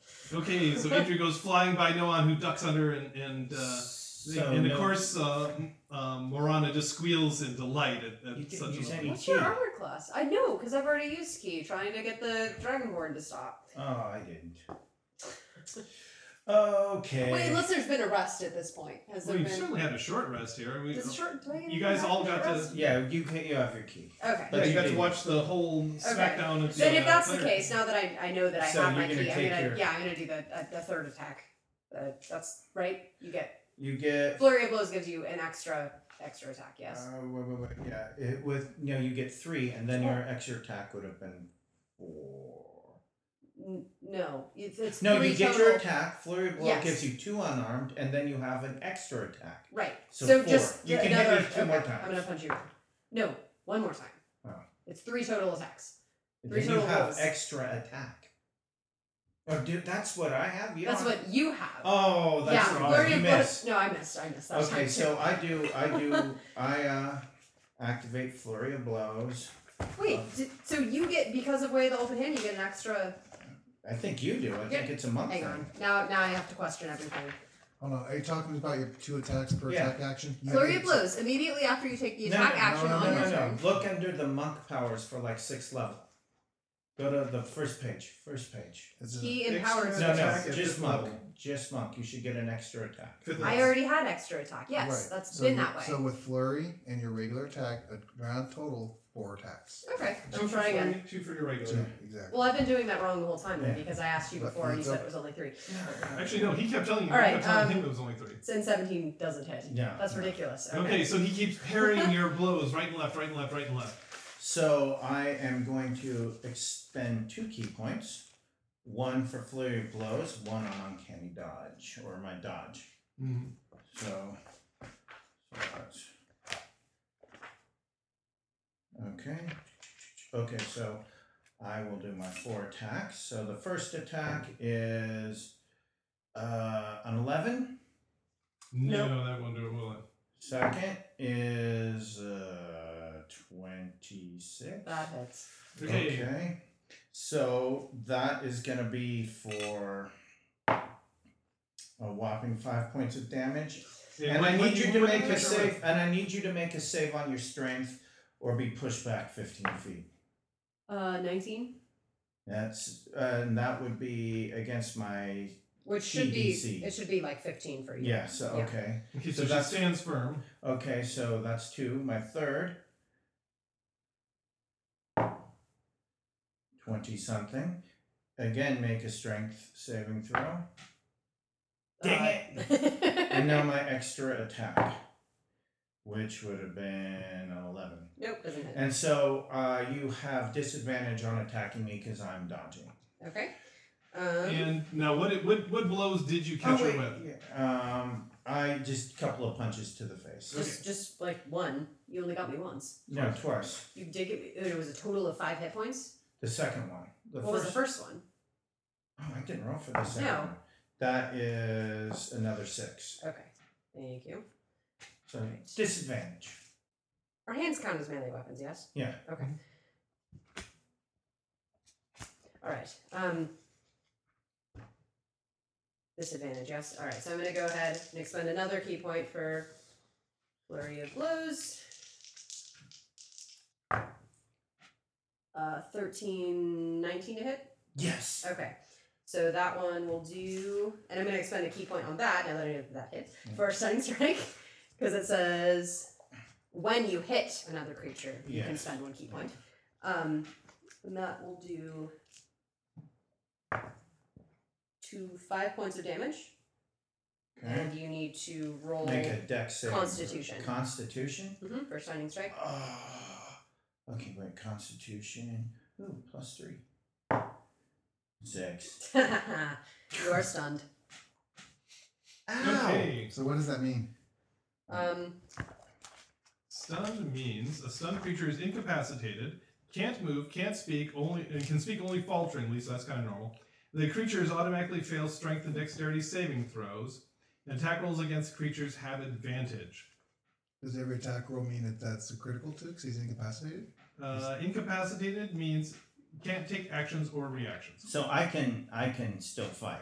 D: Okay, so Adri goes flying by Noan, who ducks under, and and uh,
H: so
D: and
H: no-
D: of course, uh, um, Morana just squeals in delight at, at
H: You didn't
D: such
H: use
D: a
H: any-
D: moment.
A: What's your
H: Gee.
A: armor class? I know, because I've already used ski trying to get the dragonborn to stop.
H: Oh, I didn't. Okay.
A: Wait, unless there's been a rest at this point. Has there
D: We've
A: been?
D: certainly had a short rest here. We,
A: Does short, do I get
D: you
A: a
D: guys all
A: short
D: got to-
A: rest?
H: Yeah, you can, you have your key.
A: Okay.
H: But
D: yeah, you
H: you
D: got to
H: didn't.
D: watch the whole smackdown of the.
A: Then if
D: uh,
A: that's the
D: player.
A: case, now that I, I know that I
H: So
A: have
H: you're
A: my
H: gonna
A: key, I'm
H: take
A: gonna
H: your-
A: yeah, I'm gonna do the uh, the third attack. Uh, that's right. You get
H: You get
A: flurry of blows gives you an extra extra attack. Yes.
H: Uh, wait, wait, wait. Yeah, it, with no, you get three, and then your extra attack would have been four.
A: N- no, it's, it's
H: No,
A: three
H: you get
A: total.
H: your attack. Flurry of blow
A: Yes.
H: gives you two unarmed, and then you have an extra attack.
A: Right.
H: So
A: so
H: four.
A: just
H: You
A: the-
H: can hit
A: another.
H: me two more
A: okay, I'm gonna
H: times.
A: punch you. No, one more time.
H: Oh.
A: It's three total attacks.
H: And
A: Three
H: then you
A: total
H: have
A: rolls.
H: extra attack. Oh, dude, that's what I have. You
A: That's
H: don't-
A: what you have.
H: Oh, that's
A: yeah,
H: wrong.
A: flurry
H: You
A: of blows-
H: missed.
A: No, I missed. I missed. That
H: Okay,
A: time
H: so I do. I do. I uh, activate flurry of blows.
A: too.
H: um,
A: wait. d- So you get because of way of the open hand, you get an extra.
H: I think you do. I think it's a month.
A: Hang
H: thing.
A: on. Now, now I have to question everything.
B: Hold on, are you talking about your two attacks per
H: Yeah.
B: attack action? You
A: Flurry of
B: have-
A: blows immediately after you take the
H: No,
A: attack
H: no,
A: action
B: no,
A: on
H: No,
A: your
H: no, no.
A: turn.
H: Look under the monk powers for like sixth level. Go to the first page. First page.
G: He empowers
H: No,
G: attack
H: no,
D: at
H: just
D: this
H: monk.
D: level.
H: Just monk. You should get an extra attack.
A: I already had extra attack. Yes,
B: Right.
A: that's
B: So
A: been
B: with-
A: that way.
B: So with flurry and your regular attack, a round total four attacks.
A: okay,
D: Two
A: I'm
D: for,
A: trying again.
D: flurry, two for your regular.
B: Yeah, exactly.
A: Well, I've been doing that wrong the whole time then
H: Yeah.
A: because I asked you
B: But
A: before and you
B: it's
A: said
B: up-
A: it was only three.
D: Actually, no, he kept telling you.
A: All
D: I
A: right,
D: kept telling
A: um,
D: him it was only three.
A: Since 17 doesn't hit.
H: No,
A: That's
H: no.
A: ridiculous.
D: Okay. so he keeps parrying your blows right and left, right and left, right and left.
H: So I am going to expend two key points. One for flurry of blows, one on uncanny dodge, or my dodge.
D: Mhm.
H: So, so that's okay. Okay, so I will do my four attacks. So the first attack is uh, an eleven.
D: No, that won't do it, will it?
H: Second is uh, twenty-six.
A: That hits.
D: Okay.
H: Okay. So that is going to be for a whopping five points of damage.
D: Yeah,
H: and
D: what-
H: I
D: what
H: need
D: do
H: you to
D: what do
H: make a
D: measure with?
H: save. And I need you to make a save on your strength, or be pushed back fifteen feet.
A: Uh, 19,
H: That's uh, and that would be against my
A: which should
H: TDC.
A: be it should be like 15 for you.
H: yeah. So
A: Yeah.
H: okay,
D: Okay,
H: So
D: so, she
H: that's-
D: stands firm.
H: okay. So that's two. My third. Twenty something. Again, make a strength saving throw. Dang
A: it.
H: And now my extra attack, which would have been an 11.
A: nope, doesn't hit.
H: And so uh, you have disadvantage on attacking me because I'm dodging.
A: Okay. Um,
D: And now, what it- what what blows did you
A: Oh,
D: catch her with?
H: Oh, Yeah, Um, I just couple of punches to the face.
A: just just like one. You only got me once.
H: No, twice.
A: You did get me. oh, It was a total of five hit points.
H: The second one. The
A: what was the first one?
H: Oh, I didn't roll for the second
A: No.
H: one. That is another six.
A: Okay. Thank you.
H: So disadvantage.
A: Our hands count as melee weapons, yes?
H: Yeah.
A: Okay. Alright. Um disadvantage, yes. Alright, so I'm gonna go ahead and expend another key point for flurry of blows. Uh 13, 19 to hit.
H: Yes.
A: Okay. So that one will do, and I'm going to expend a key point on that now that I know that, that hits for stunning strike, because it says when you hit another creature, you can
H: Yes.
A: spend one key point. Um, and that will do two five points of damage,
H: Okay.
A: and you need to roll
H: Make a dex save.
A: Constitution.
H: Constitution?
A: Mhm, for stunning strike.
H: Ah, okay, wait. Constitution. Ooh, plus three. Six.
A: you are stunned.
D: Okay.
B: So what does that mean?
A: Um,
D: Stunned means a stunned creature is incapacitated, can't move, can't speak, only and can speak only falteringly, so that's kind of normal. The creature is automatically fails strength and dexterity saving throws. And attack rolls against creatures have advantage.
B: Does every attack roll mean that that's a critical too? Because he's incapacitated.
D: Uh, incapacitated means can't take actions or reactions.
H: So I can I can still fight.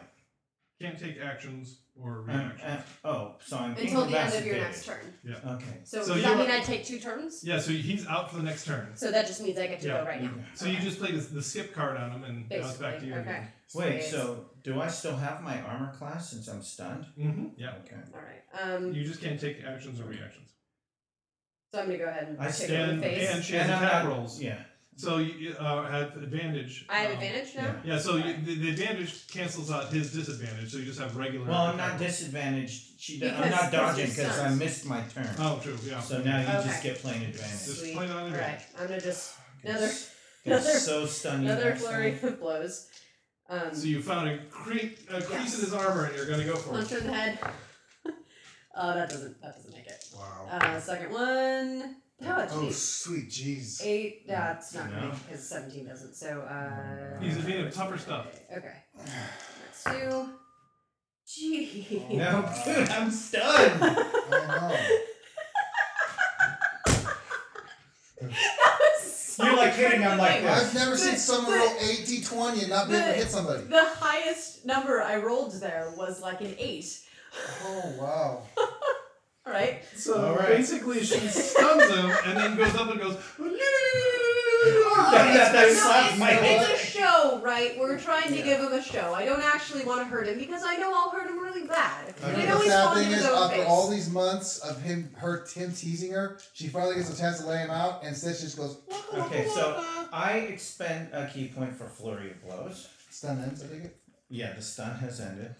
D: Can't take actions or
H: I'm-
D: reactions.
H: uh, oh, so I'm
A: until the end of your
H: incapacitated.
A: next turn.
H: Okay.
A: So,
D: So
A: does
D: you
A: that
D: are-
A: mean I take two turns?
D: Yeah, so he's out for the next turn.
A: So that just means I get to
D: Yeah.
A: go right now.
D: So you just played the skip card on him, and now it's
A: Basically.
D: back to you.
A: okay.
H: Wait.
A: Space.
H: So do I still have my armor class since I'm stunned?
D: Mm-hmm. Yeah.
H: Okay.
A: All right. Um,
D: You just can't take actions or reactions.
A: so I'm gonna go ahead and
H: I
A: take
H: stand
A: over the
D: And,
A: face.
D: and she has
H: And I'm
D: attack
H: not-
D: rolls.
H: Yeah.
D: So you you, uh, have advantage.
A: I have
D: um,
A: advantage now.
H: yeah.
D: Yeah, so you, the, the advantage cancels out his disadvantage, so you just have regular.
H: Well, I'm not
D: attack
H: disadvantaged. She. d- I'm
A: Because-
H: not
A: because
H: dodging
A: you're
H: because I
A: stunned.
H: missed my turn.
D: rolls. Oh, true. Yeah.
H: So now you just
A: Okay.
H: get plain advantage.
D: Just
A: Sweet.
D: play that
A: All
D: in
A: right. I'm gonna just another
H: It's
A: another-
H: so stunning.
A: another flurry of blows. Um,
D: So you found a, cre- a
A: Yes.
D: crease in his armor, and you're gonna go for
A: punch
D: it.
A: her in the head. uh, that doesn't that doesn't make it.
B: Wow.
A: Uh, second one. Oh,
B: oh
A: jeez.
B: sweet jeez.
A: Eight. That's not
H: No.
A: gonna make because seventeen doesn't. So uh.
D: He's made of tougher stuff.
A: Okay. That's two. Gee.
H: No, dude, I'm stunned.
B: Oh
A: That was so
H: You're like hitting him like
B: no.
A: annoying.
B: I've never seen
A: But-
B: someone
A: but-
B: roll 80, 20 and not be able to
A: but-
B: hit somebody.
A: The highest number I rolled there was like an eight.
B: Oh wow.
A: All right.
D: So
H: All right.
D: basically, she stuns him, and then goes up and goes.
H: That- that- that
A: no,
H: slapped
A: it's,
H: my
A: it's a
H: head.
A: show, right? We're trying to
B: Yeah.
A: give him a show. I don't actually want to hurt him because I know I'll hurt him really bad.
B: I
A: And
B: mean, the
A: I know he's
B: sad
A: fond of
B: thing
A: his
B: is,
A: own
B: after
A: face.
B: all these months of him, her, Tim teasing her, she finally gets a chance to lay him out, and Stitch just goes,
H: Okay, so I expend a key point for flurry of blows.
B: stun him, so I think it.
H: Yeah, the stun has ended.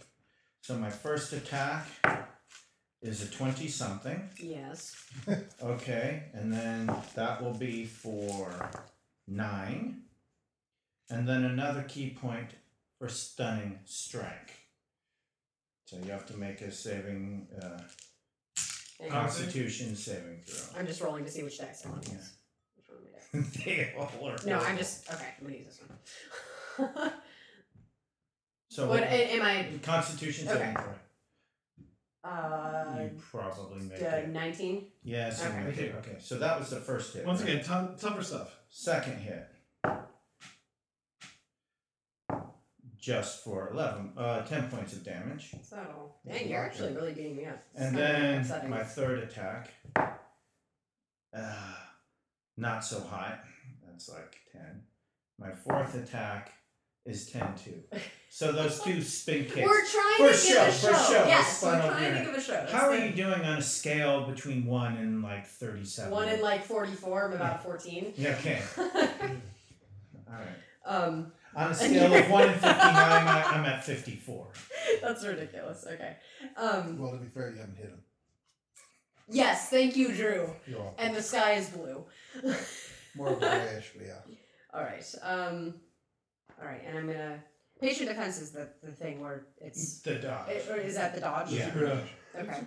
H: So my first attack is a twenty something.
A: yes.
H: Okay, and then that will be for nine. And then another key point for stunning strike. So you have to make a saving uh, Um,
A: Hang on.
H: constitution saving throw.
A: I'm just rolling to see which dice I want to
H: Yeah.
A: use. Which one am I doing?
H: they all are
A: No, I'm
H: horrible.
A: just okay. I'm gonna use this one.
H: So
A: what am I?
H: Constitution saving
A: Okay.
H: throw.
A: Uh,
H: You probably make
A: uh,
H: it.
A: nineteen.
H: Yes, you
A: Okay.
H: make it. Okay, so that was the first hit.
D: Once
H: right?
D: again, tou- tougher stuff.
H: Second hit. Just for 11, uh, 10 points of damage.
A: So, dang, you're actually really beating me up. It's
H: And
A: kinda
H: then
A: upsetting.
H: my third attack. Uh, not so hot. That's like 10. My fourth attack is 10 2. So those two spin kicks.
A: We're trying
H: for
A: to
H: show,
A: give a
H: for
A: show.
H: show,
A: Yes,
H: I spun
A: we're
H: over
A: trying to
H: here.
A: give a show. That's
H: How are
A: the-
H: you doing on a scale between 1 and like 37?
A: One in like forty-four. I'm about fourteen.
H: Yeah, okay. Alright.
A: um,
H: On a scale of 1 to 59, I- I'm at 54.
A: that's ridiculous. Okay. Um,
B: Well, to be fair, you haven't hit him.
A: yes, thank you, Drew.
B: You're all
A: And the sky is blue.
B: more of a rash, but yeah.
A: All right. Um, all right, and I'm gonna. Patient defense is the, the thing where it's.
H: The dodge.
A: It, or is that the dodge?
H: Yeah.
D: Super dodge.
A: Okay.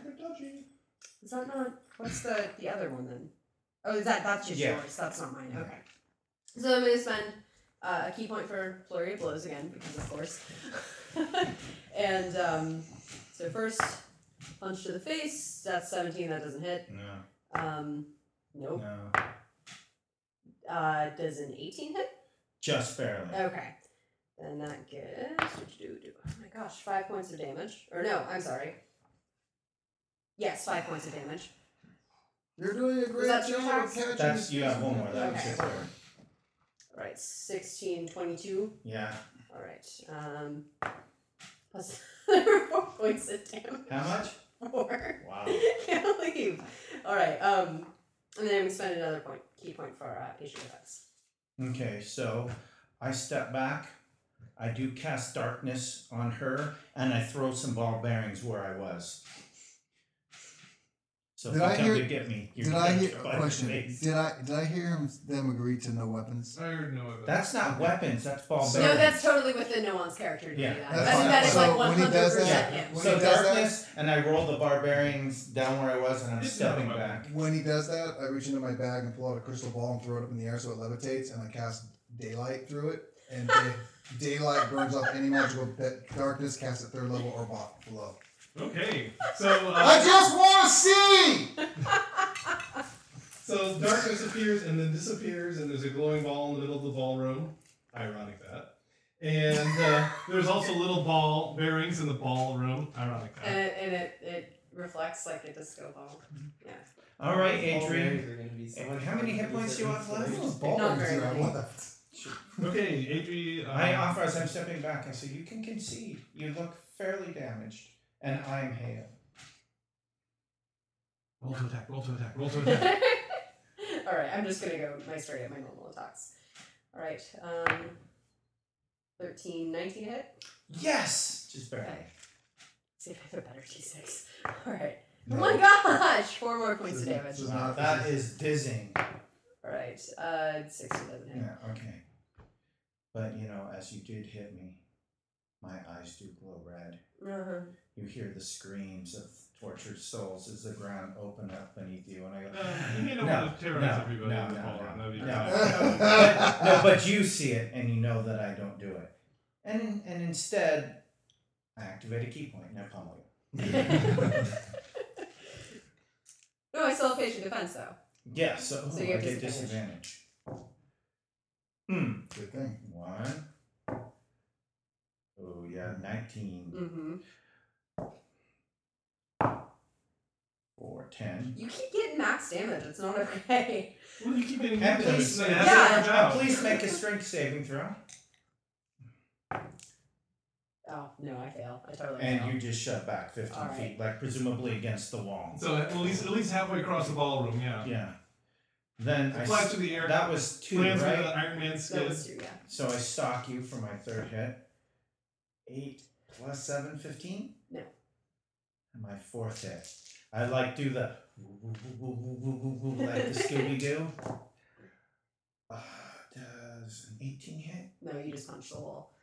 A: Is that not what's the the other one then? Oh, is that that's just
H: Yeah.
A: yours? That's not mine. Okay. So I'm gonna spend uh, a key point for flurry of blows again because of course. and um, so first punch to the face. That's 17. That doesn't hit.
H: No,
A: Um, nope.
H: no.
A: Uh, does an 18 hit?
H: Just barely.
A: Okay. Then that gets oh my gosh five points of damage. Or no, I'm sorry. Yes, five points of damage.
B: You're doing a great
A: that your
B: job
A: attack?
B: catching
H: That's you have one more. That was
A: Okay.
H: your third.
A: All right, 16, 22.
H: Yeah.
A: All right. Um, plus another four points of damage.
H: How much?
A: Four.
H: Wow.
A: Can't believe. All right. Um, and then I'm gonna spend another point, key point for uh, patient effects.
H: Okay, so I step back. I do cast darkness on her, and I throw some ball bearings where I was. So if
B: Did
H: you
B: I
H: come
B: hear-
H: to get me, you're
B: Did
H: gonna
B: I
H: get
B: hear
H: hit by the
B: question?
H: face.
B: Did I did I hear him, them agree to no weapons?
D: I heard no of that.
H: That's not weapons. That's ball
B: So-
H: bearings.
A: No, that's totally within Noan's character to
H: Yeah,
A: do that.
B: that's
A: I think
B: fine.
A: that is
B: So
A: like
B: when he
A: one hundred
B: does
A: percent
B: that-
A: him.
B: When
H: so
B: he does that-
H: darkness, and I roll the bar bearings down where I was, and I'm
D: It's not a
H: stepping
D: weapon.
H: back.
B: When he does that, I reach into my bag and pull out a crystal ball and throw it up in the air so it levitates, and I cast daylight through it, and day, daylight burns off any magical that darkness cast at third level or bo- below.
D: Okay. So
B: I
D: uh,
B: just want to see.
D: so darkness appears and then disappears, and there's a glowing ball in the middle of the ballroom. Ironic that. And uh, there's also little ball bearings in the ballroom. Ironic that.
A: And, it- and it it reflects like a disco ball.
H: All right,
C: All
H: Adrian.
C: berries are gonna be so
H: Hey,
C: much
H: how many
C: better
H: hit
C: than
H: points do you want
C: certain
H: left?
C: flavors.
B: Ball
A: Not
B: bearings
A: very
B: here, I
A: many.
B: want that.
D: Okay, Adri. Uh,
H: I offer as I'm stepping back. I say, You can concede. You look fairly damaged. And I'm hale.
D: Roll to attack. Roll to attack. Roll to attack.
A: All right, I'm just gonna go my straight at my normal attacks. All right, um, 13, 19 hit.
H: Yes! Just barely.
A: Okay. See if I have a better D6. All right.
B: No.
A: Oh my gosh! Four more points of
B: This is-
A: damage.
B: Uh, this is
H: Wow,
B: not-
H: that is dizzying.
A: All right. Uh, 60 doesn't hit.
H: Yeah, okay. But, you know, as you did hit me, my eyes do glow red.
A: Uh-huh.
H: You hear the screams of tortured souls as the ground open up beneath you. And I go,
D: Uh, you may not
H: No,
D: want to terrorize
H: no,
D: everybody
H: no,
D: in the
H: no,
D: ballroom.
H: no,
D: That'd be
H: no.
D: bad.
H: But- no, but you see it and you know that I don't do it. And and instead, I activate a key point and I pummel you.
A: No, Uh-huh. Oh, I still have patient defense though.
H: Yeah, so,
A: So
H: ooh,
A: you have
H: I get
A: disadvantage.
H: disadvantage. Mm.
B: Good thing.
H: One. Oh, yeah, 19.
A: Mm-hmm.
H: Or 10.
A: You keep getting max damage. It's not okay.
D: Well, you keep getting hit.
H: And
D: That's
H: please,
D: our
A: Yeah.
H: and
D: job.
H: please make a strength saving throw.
A: Oh no, I fail. I totally fail.
H: And you just shut back 15
A: All right.
H: feet, like presumably against the wall.
D: So at least at least halfway across the ballroom, yeah.
H: Yeah. Then
D: It
H: I
D: flies
H: s-
D: through the air.
H: That was two,
D: Lands with
H: right?
D: the Iron Man
A: That
D: skid.
A: was two, yeah.
H: So I stalk you for my third hit. 8 plus 7, 15?
A: No.
H: And my fourth hit. I like do the like the Scooby Doo. Uh, does an 18 hit?
A: No, you just punched the wall.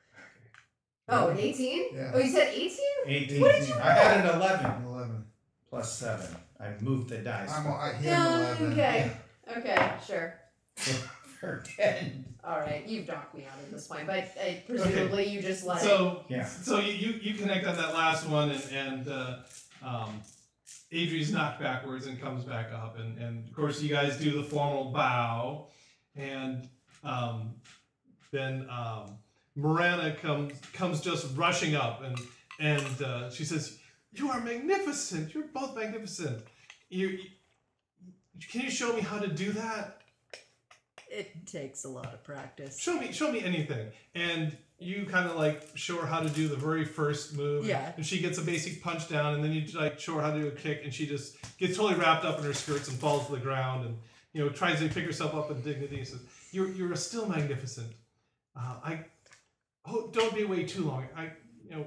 A: Oh, an 18?
B: Yeah.
A: Oh, you said 18?
H: 18.
A: What did you
H: I had an 11
B: Eleven.
H: plus 7. I moved the dice.
B: I'm, I hit
A: No,
B: eleven.
A: okay. Okay, sure.
H: for 10.
A: All right, you've knocked me out at this point, but uh, presumably you just let it.
D: So
H: Yeah.
D: so you, you, you connect on that last one and, and uh, um, Adri's knocked backwards and comes back up and, and of course you guys do the formal bow and um, then um, Miranda comes comes just rushing up and and uh, she says you are magnificent you're both magnificent you, you can you show me how to do that
K: It takes a lot of practice.
D: show me show me anything and you kind of like show her how to do the very first move
K: Yeah.
D: and she gets a basic punch down and then you like show her how to do a kick and she just gets totally wrapped up in her skirts and falls to the ground and you know tries to pick herself up in dignity and says you're, you're still magnificent uh, i oh don't be away too long i you know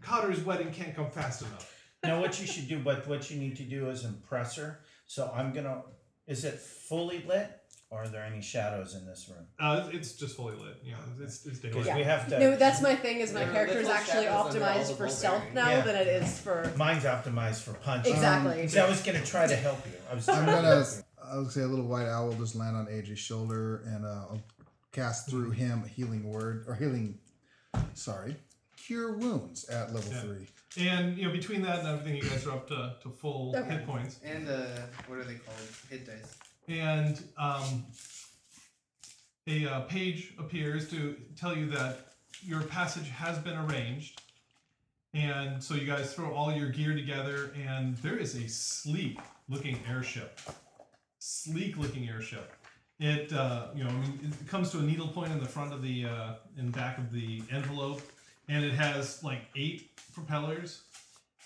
D: cotter's wedding can't come fast enough
H: Now what you should do, but what you need to do is impress her. So I'm gonna. Is it fully lit, or are there any shadows in this room?
D: uh, it's just fully lit you know it's, it's daylight
H: Because we have to.
G: No, that's my thing. Is my
C: There are
G: character is
C: little
G: actually
C: shadows under all
G: optimized
C: the
G: for
C: bull
G: stealth
C: bearings.
G: now
H: Yeah. Um,
G: than it is for
H: Mine's optimized for punch.
G: exactly.
H: See, I was gonna try to help you. I was.
B: I'm
H: trying to
B: gonna.
H: help you.
B: I would say a little white owl will just land on Adri's shoulder and uh, I'll cast through him a healing word or healing. Sorry, cure wounds at level
D: Yeah.
B: three.
D: and you know between that and everything you guys are up to, to full
G: Okay.
D: hit points
C: And uh, what are they called? Hit dice.
D: and um, a uh, page appears to tell you that your passage has been arranged. And so you guys throw all your gear together, and there is a sleek looking airship. Sleek looking airship. It uh, you know I mean, it comes to a needle point in the front of the uh, in back of the envelope, and it has like eight propellers,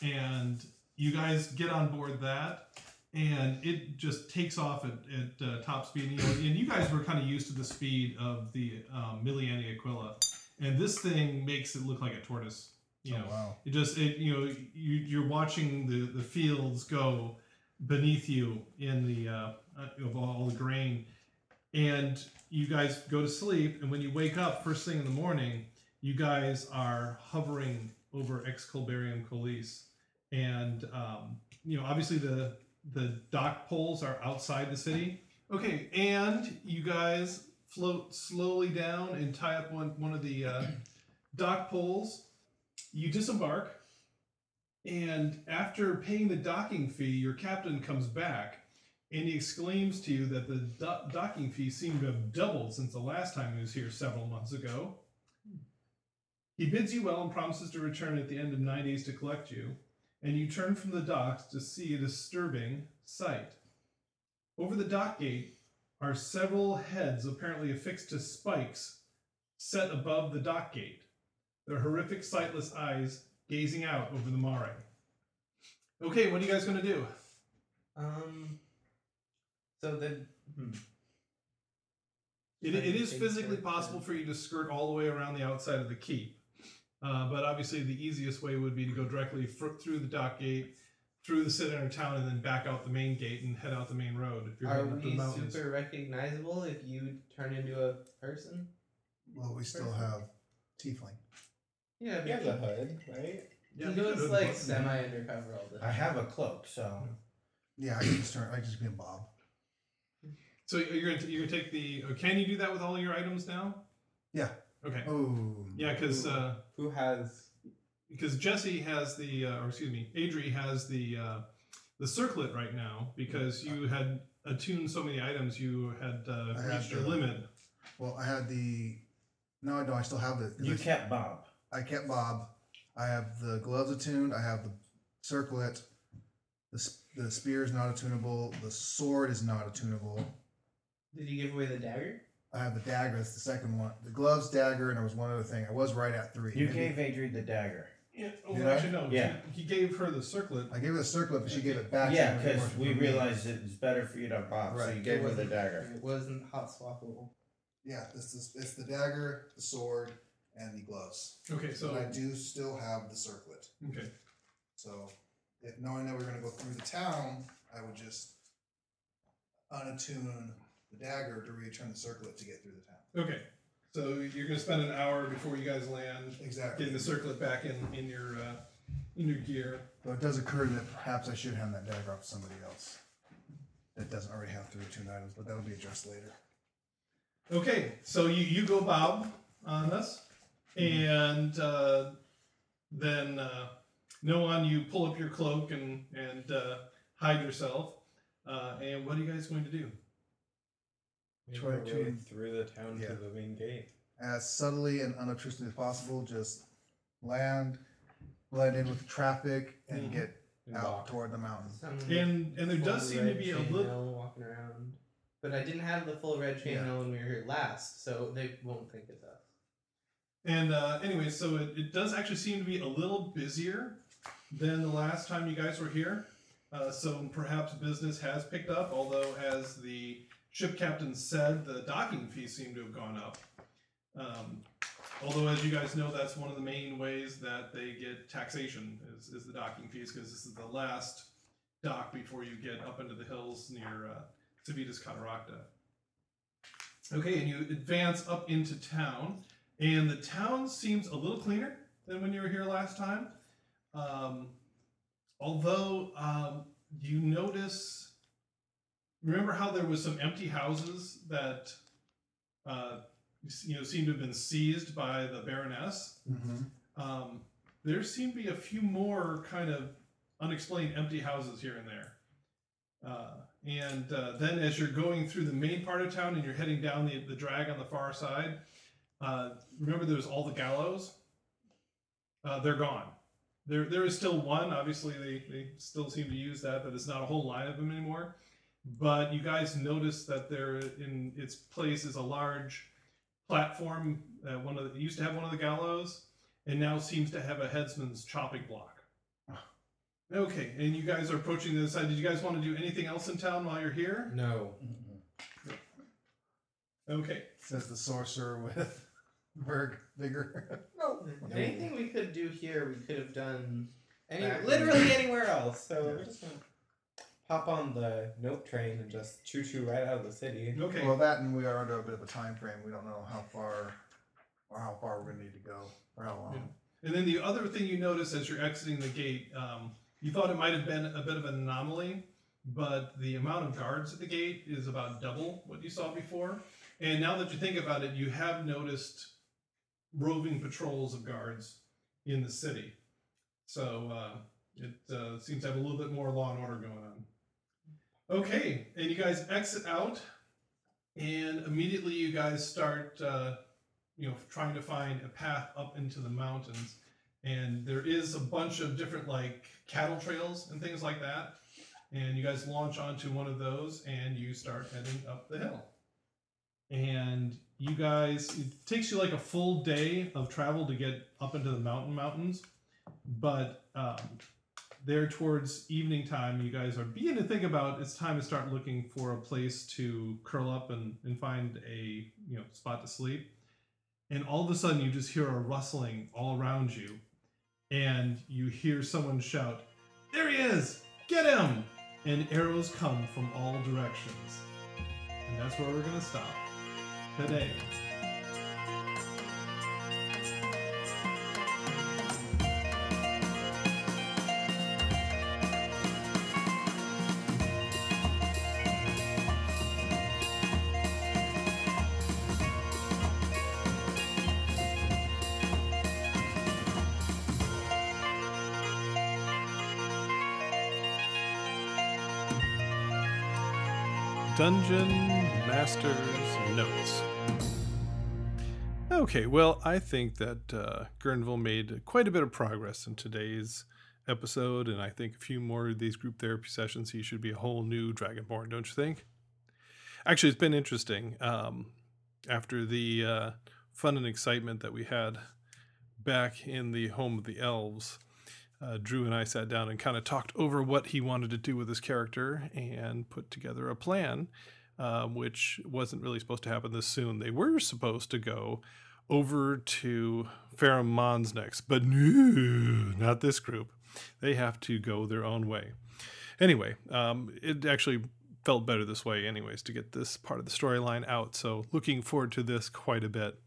D: and you guys get on board that, and it just takes off at, at uh, top speed. And you, know, and you guys were kind of used to the speed of the um, Miliani Aquila, and this thing makes it look like a tortoise. You know,
B: Oh, wow.
D: it just it you know you you're watching the the fields go beneath you in the uh, uh, of all the grain, and you guys go to sleep. And when you wake up first thing in the morning, you guys are hovering over Exculbarium Colis, and um, you know obviously the the dock poles are outside the city. Okay, and you guys float slowly down and tie up one one of the uh, dock poles. You disembark, and after paying the docking fee, your captain comes back and he exclaims to you that the do- docking fee seemed to have doubled since the last time he was here several months ago. He bids you well and promises to return at the end of nine days to collect you, and you turn from the docks to see a disturbing sight. Over the dock gate are several heads apparently affixed to spikes set above the dock gate, their horrific sightless eyes gazing out over the mare. Okay, what are you guys going to do?
C: Um. So then, hmm.
D: It, it is physically possible for you to skirt all the way around the outside of the keep, uh, but obviously the easiest way would be to go directly fr- through the dock gate, through the center town, and then back out the main gate and head out the main road if you're
C: Are
D: heading up the
C: we
D: mountains.
C: super recognizable if you turn into a person?
B: Well, we still have tiefling.
C: Yeah,
F: You have the hood, right?
D: Yeah,
C: he
D: you
C: goes
D: could.
C: like semi undercover all the
H: I
C: time.
H: have a cloak, so
B: Yeah, I can just turn. I can just be a Bob.
D: So you're gonna, you're gonna take the. oh, Can you do that with all your items now?
B: Yeah.
D: Okay.
B: Oh.
D: Yeah, uh, because
I: Who has
D: because Jesse has the, uh, or excuse me, Adri has the uh, the circlet right now because you had attuned so many items, you had uh,
B: I had
D: reached your
B: the-
D: limit.
B: Well, I had the. No, I don't. I still have the.
H: you kept Bob.
B: I kept Bob. I have the gloves attuned. I have the circlet. The, s- the spear is not attunable. The sword is not attunable.
C: Did you give away the dagger?
B: I have the dagger. That's the second one. The gloves, dagger, and there was one other thing. I was right at three.
H: You
B: Maybe-
H: gave Adrian the dagger.
D: Yeah. Oh,
B: Did I?
D: actually, no.
H: Yeah.
D: He, he gave her the circlet.
B: I gave her the circlet, but she gave it back.
H: yeah,
B: so it
H: because
B: wasn't for
H: we
B: me.
H: realized it was better for you to pop, so
B: Right.
H: you gave her the
B: Wasn't-
H: dagger.
C: It wasn't hot swappable.
B: Yeah, it's the, it's the dagger, the sword, and the gloves.
D: Okay, so-
B: But I do still have the circlet.
D: Okay.
B: So, if knowing that we're going to go through the town, I would just unattune the dagger to return the circlet to get through the town.
D: Okay. So you're gonna spend an hour before you guys land.
B: Exactly.
D: Getting the circlet back in in your uh, in your gear.
B: Though it does occur that perhaps I should hand that dagger off to somebody else that doesn't already have three attuned items, but that'll be addressed later.
D: Okay, so you, you go Bob on this, and uh, then uh, Noan, you pull up your cloak and and uh, hide yourself. Uh, and what are you guys going to do?
I: Make
B: Try
I: our
B: to-
I: way through the town
B: Yeah.
I: to the main gate.
B: as subtly and unobtrusively as possible, just land, blend in with traffic, and
D: Mhm.
B: get
I: And
B: out
I: walk.
B: toward the mountains.
C: Mm-hmm.
D: And- and there
C: Um,
D: does
C: Full
D: seem to
C: red
D: be a
C: chain
D: lit-
C: mail walking around. But I didn't have the full red chain
B: Yeah.
C: mail when we were here last, so they won't think it's us.
D: And uh, anyway, so it, it does actually seem to be a little busier than the last time you guys were here. Uh, so perhaps business has picked up, although, as the ship captain said, the docking fees seem to have gone up. Um, although, as you guys know, that's one of the main ways that they get taxation is, is the docking fees, because this is the last dock before you get up into the hills near uh, Civitas Cataracta. Okay, and you advance up into town, and the town seems a little cleaner than when you were here last time. Um, although um, you notice, remember how there was some empty houses that uh, you know seem to have been seized by the Baroness.
B: Mm-hmm.
D: Um, there seem to be a few more kind of unexplained empty houses here and there. Uh, and uh, then as you're going through the main part of town and you're heading down the, the drag on the far side, uh, remember there was all the gallows? Uh, they're gone. There, there is still one. Obviously, they, they still seem to use that, but it's not a whole line of them anymore. But you guys notice that there, in its place, is a large platform. Uh, one of the, it used to have one of the gallows, and now seems to have a headsman's chopping block. Okay, and you guys are approaching the other side. Did you guys want to do anything else in town while you're here?
I: No.
D: Okay.
B: Says the sorcerer with Berg vigor.
C: No. Anything we could do here, we could have done any,
I: Back
C: literally
I: in-
C: anywhere else.
I: So we're just gonna hop on the note train and just choo choo right out of the city.
D: Okay.
B: Well, that and we are under a bit of a time frame. We don't know how far or how far we're going to need to go or how long.
D: And then the other thing you notice as you're exiting the gate, um, you thought it might have been a bit of an anomaly, but the amount of guards at the gate is about double what you saw before. And now that you think about it, you have noticed roving patrols of guards in the city. So uh, it uh, seems to have a little bit more law and order going on. Okay, and you guys exit out, and immediately you guys start, uh, you know, trying to find a path up into the mountains. And there is a bunch of different like cattle trails and things like that. And you guys launch onto one of those, and you start heading up the hill. And you guys, it takes you like a full day of travel to get up into the mountain mountains, but um, there towards evening time, you guys are beginning to think about it's time to start looking for a place to curl up and, and find a you know spot to sleep. And all of a sudden, you just hear a rustling all around you, and you hear someone shout, "There he is! Get him!" And arrows come from all directions, and that's where we're gonna stop today.
E: Dungeon Master's Notes. Okay, well, I think that uh, Gurnville made quite a bit of progress in today's episode, and I think a few more of these group therapy sessions, he should be a whole new Dragonborn, don't you think? Actually, it's been interesting. Um,
D: after the uh, fun and excitement that we had back in the home of the elves. Uh, Drew and I sat down and kind of talked over what he wanted to do with his character and put together a plan, um, which wasn't really supposed to happen this soon. They were supposed to go over to Farum Mons next, but no, not this group. They have to go their own way. Anyway, um, it actually felt better this way, anyways, to get this part of the storyline out. So, looking forward to this quite a bit.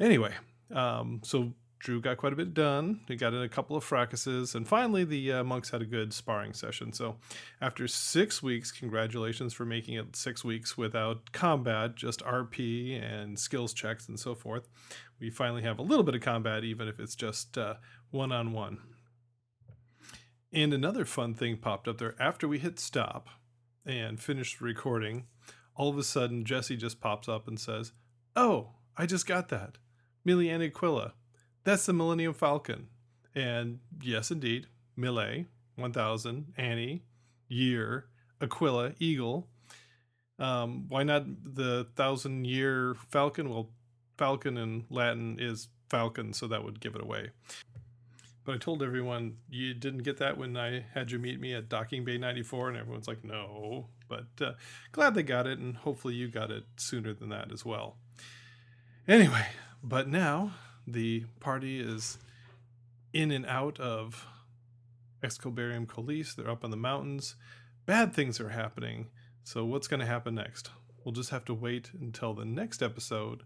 D: Anyway, um, so Drew got quite a bit done. He got in a couple of fracases, and finally, the uh, monks had a good sparring session. So, after six weeks, congratulations for making it six weeks without combat, just RP and skills checks and so forth. We finally have a little bit of combat, even if it's just one on one. And another fun thing popped up there after we hit stop and finished recording. All of a sudden, Jesse just pops up and says, "Oh, I just got that." Millie and Aquila. That's the Millennium Falcon. And yes, indeed, Millet, 1000, Annie, Year, Aquila, Eagle. Um, why not the thousand year falcon? Well, falcon in Latin is falcon, so that would give it away. But I told everyone you didn't get that when I had you meet me at Docking Bay 94, and everyone's like, no. But uh, glad they got it, and hopefully you got it sooner than that as well. Anyway, but now the party is in and out of Excalibarium Colis. They're up in the mountains. Bad things are happening. So, what's going to happen next? We'll just have to wait until the next episode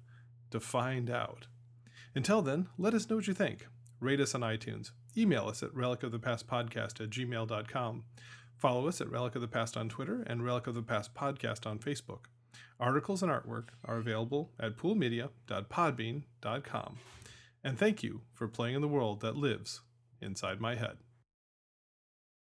D: to find out. Until then, let us know what you think. Rate us on iTunes. Email us at relicofthepastpodcast at gmail.com. Follow us at Relic of the Past on Twitter and Relic of the Past Podcast on Facebook. Articles and artwork are available at poolmedia.podbean.com. And thank you for playing in the world that lives inside my head.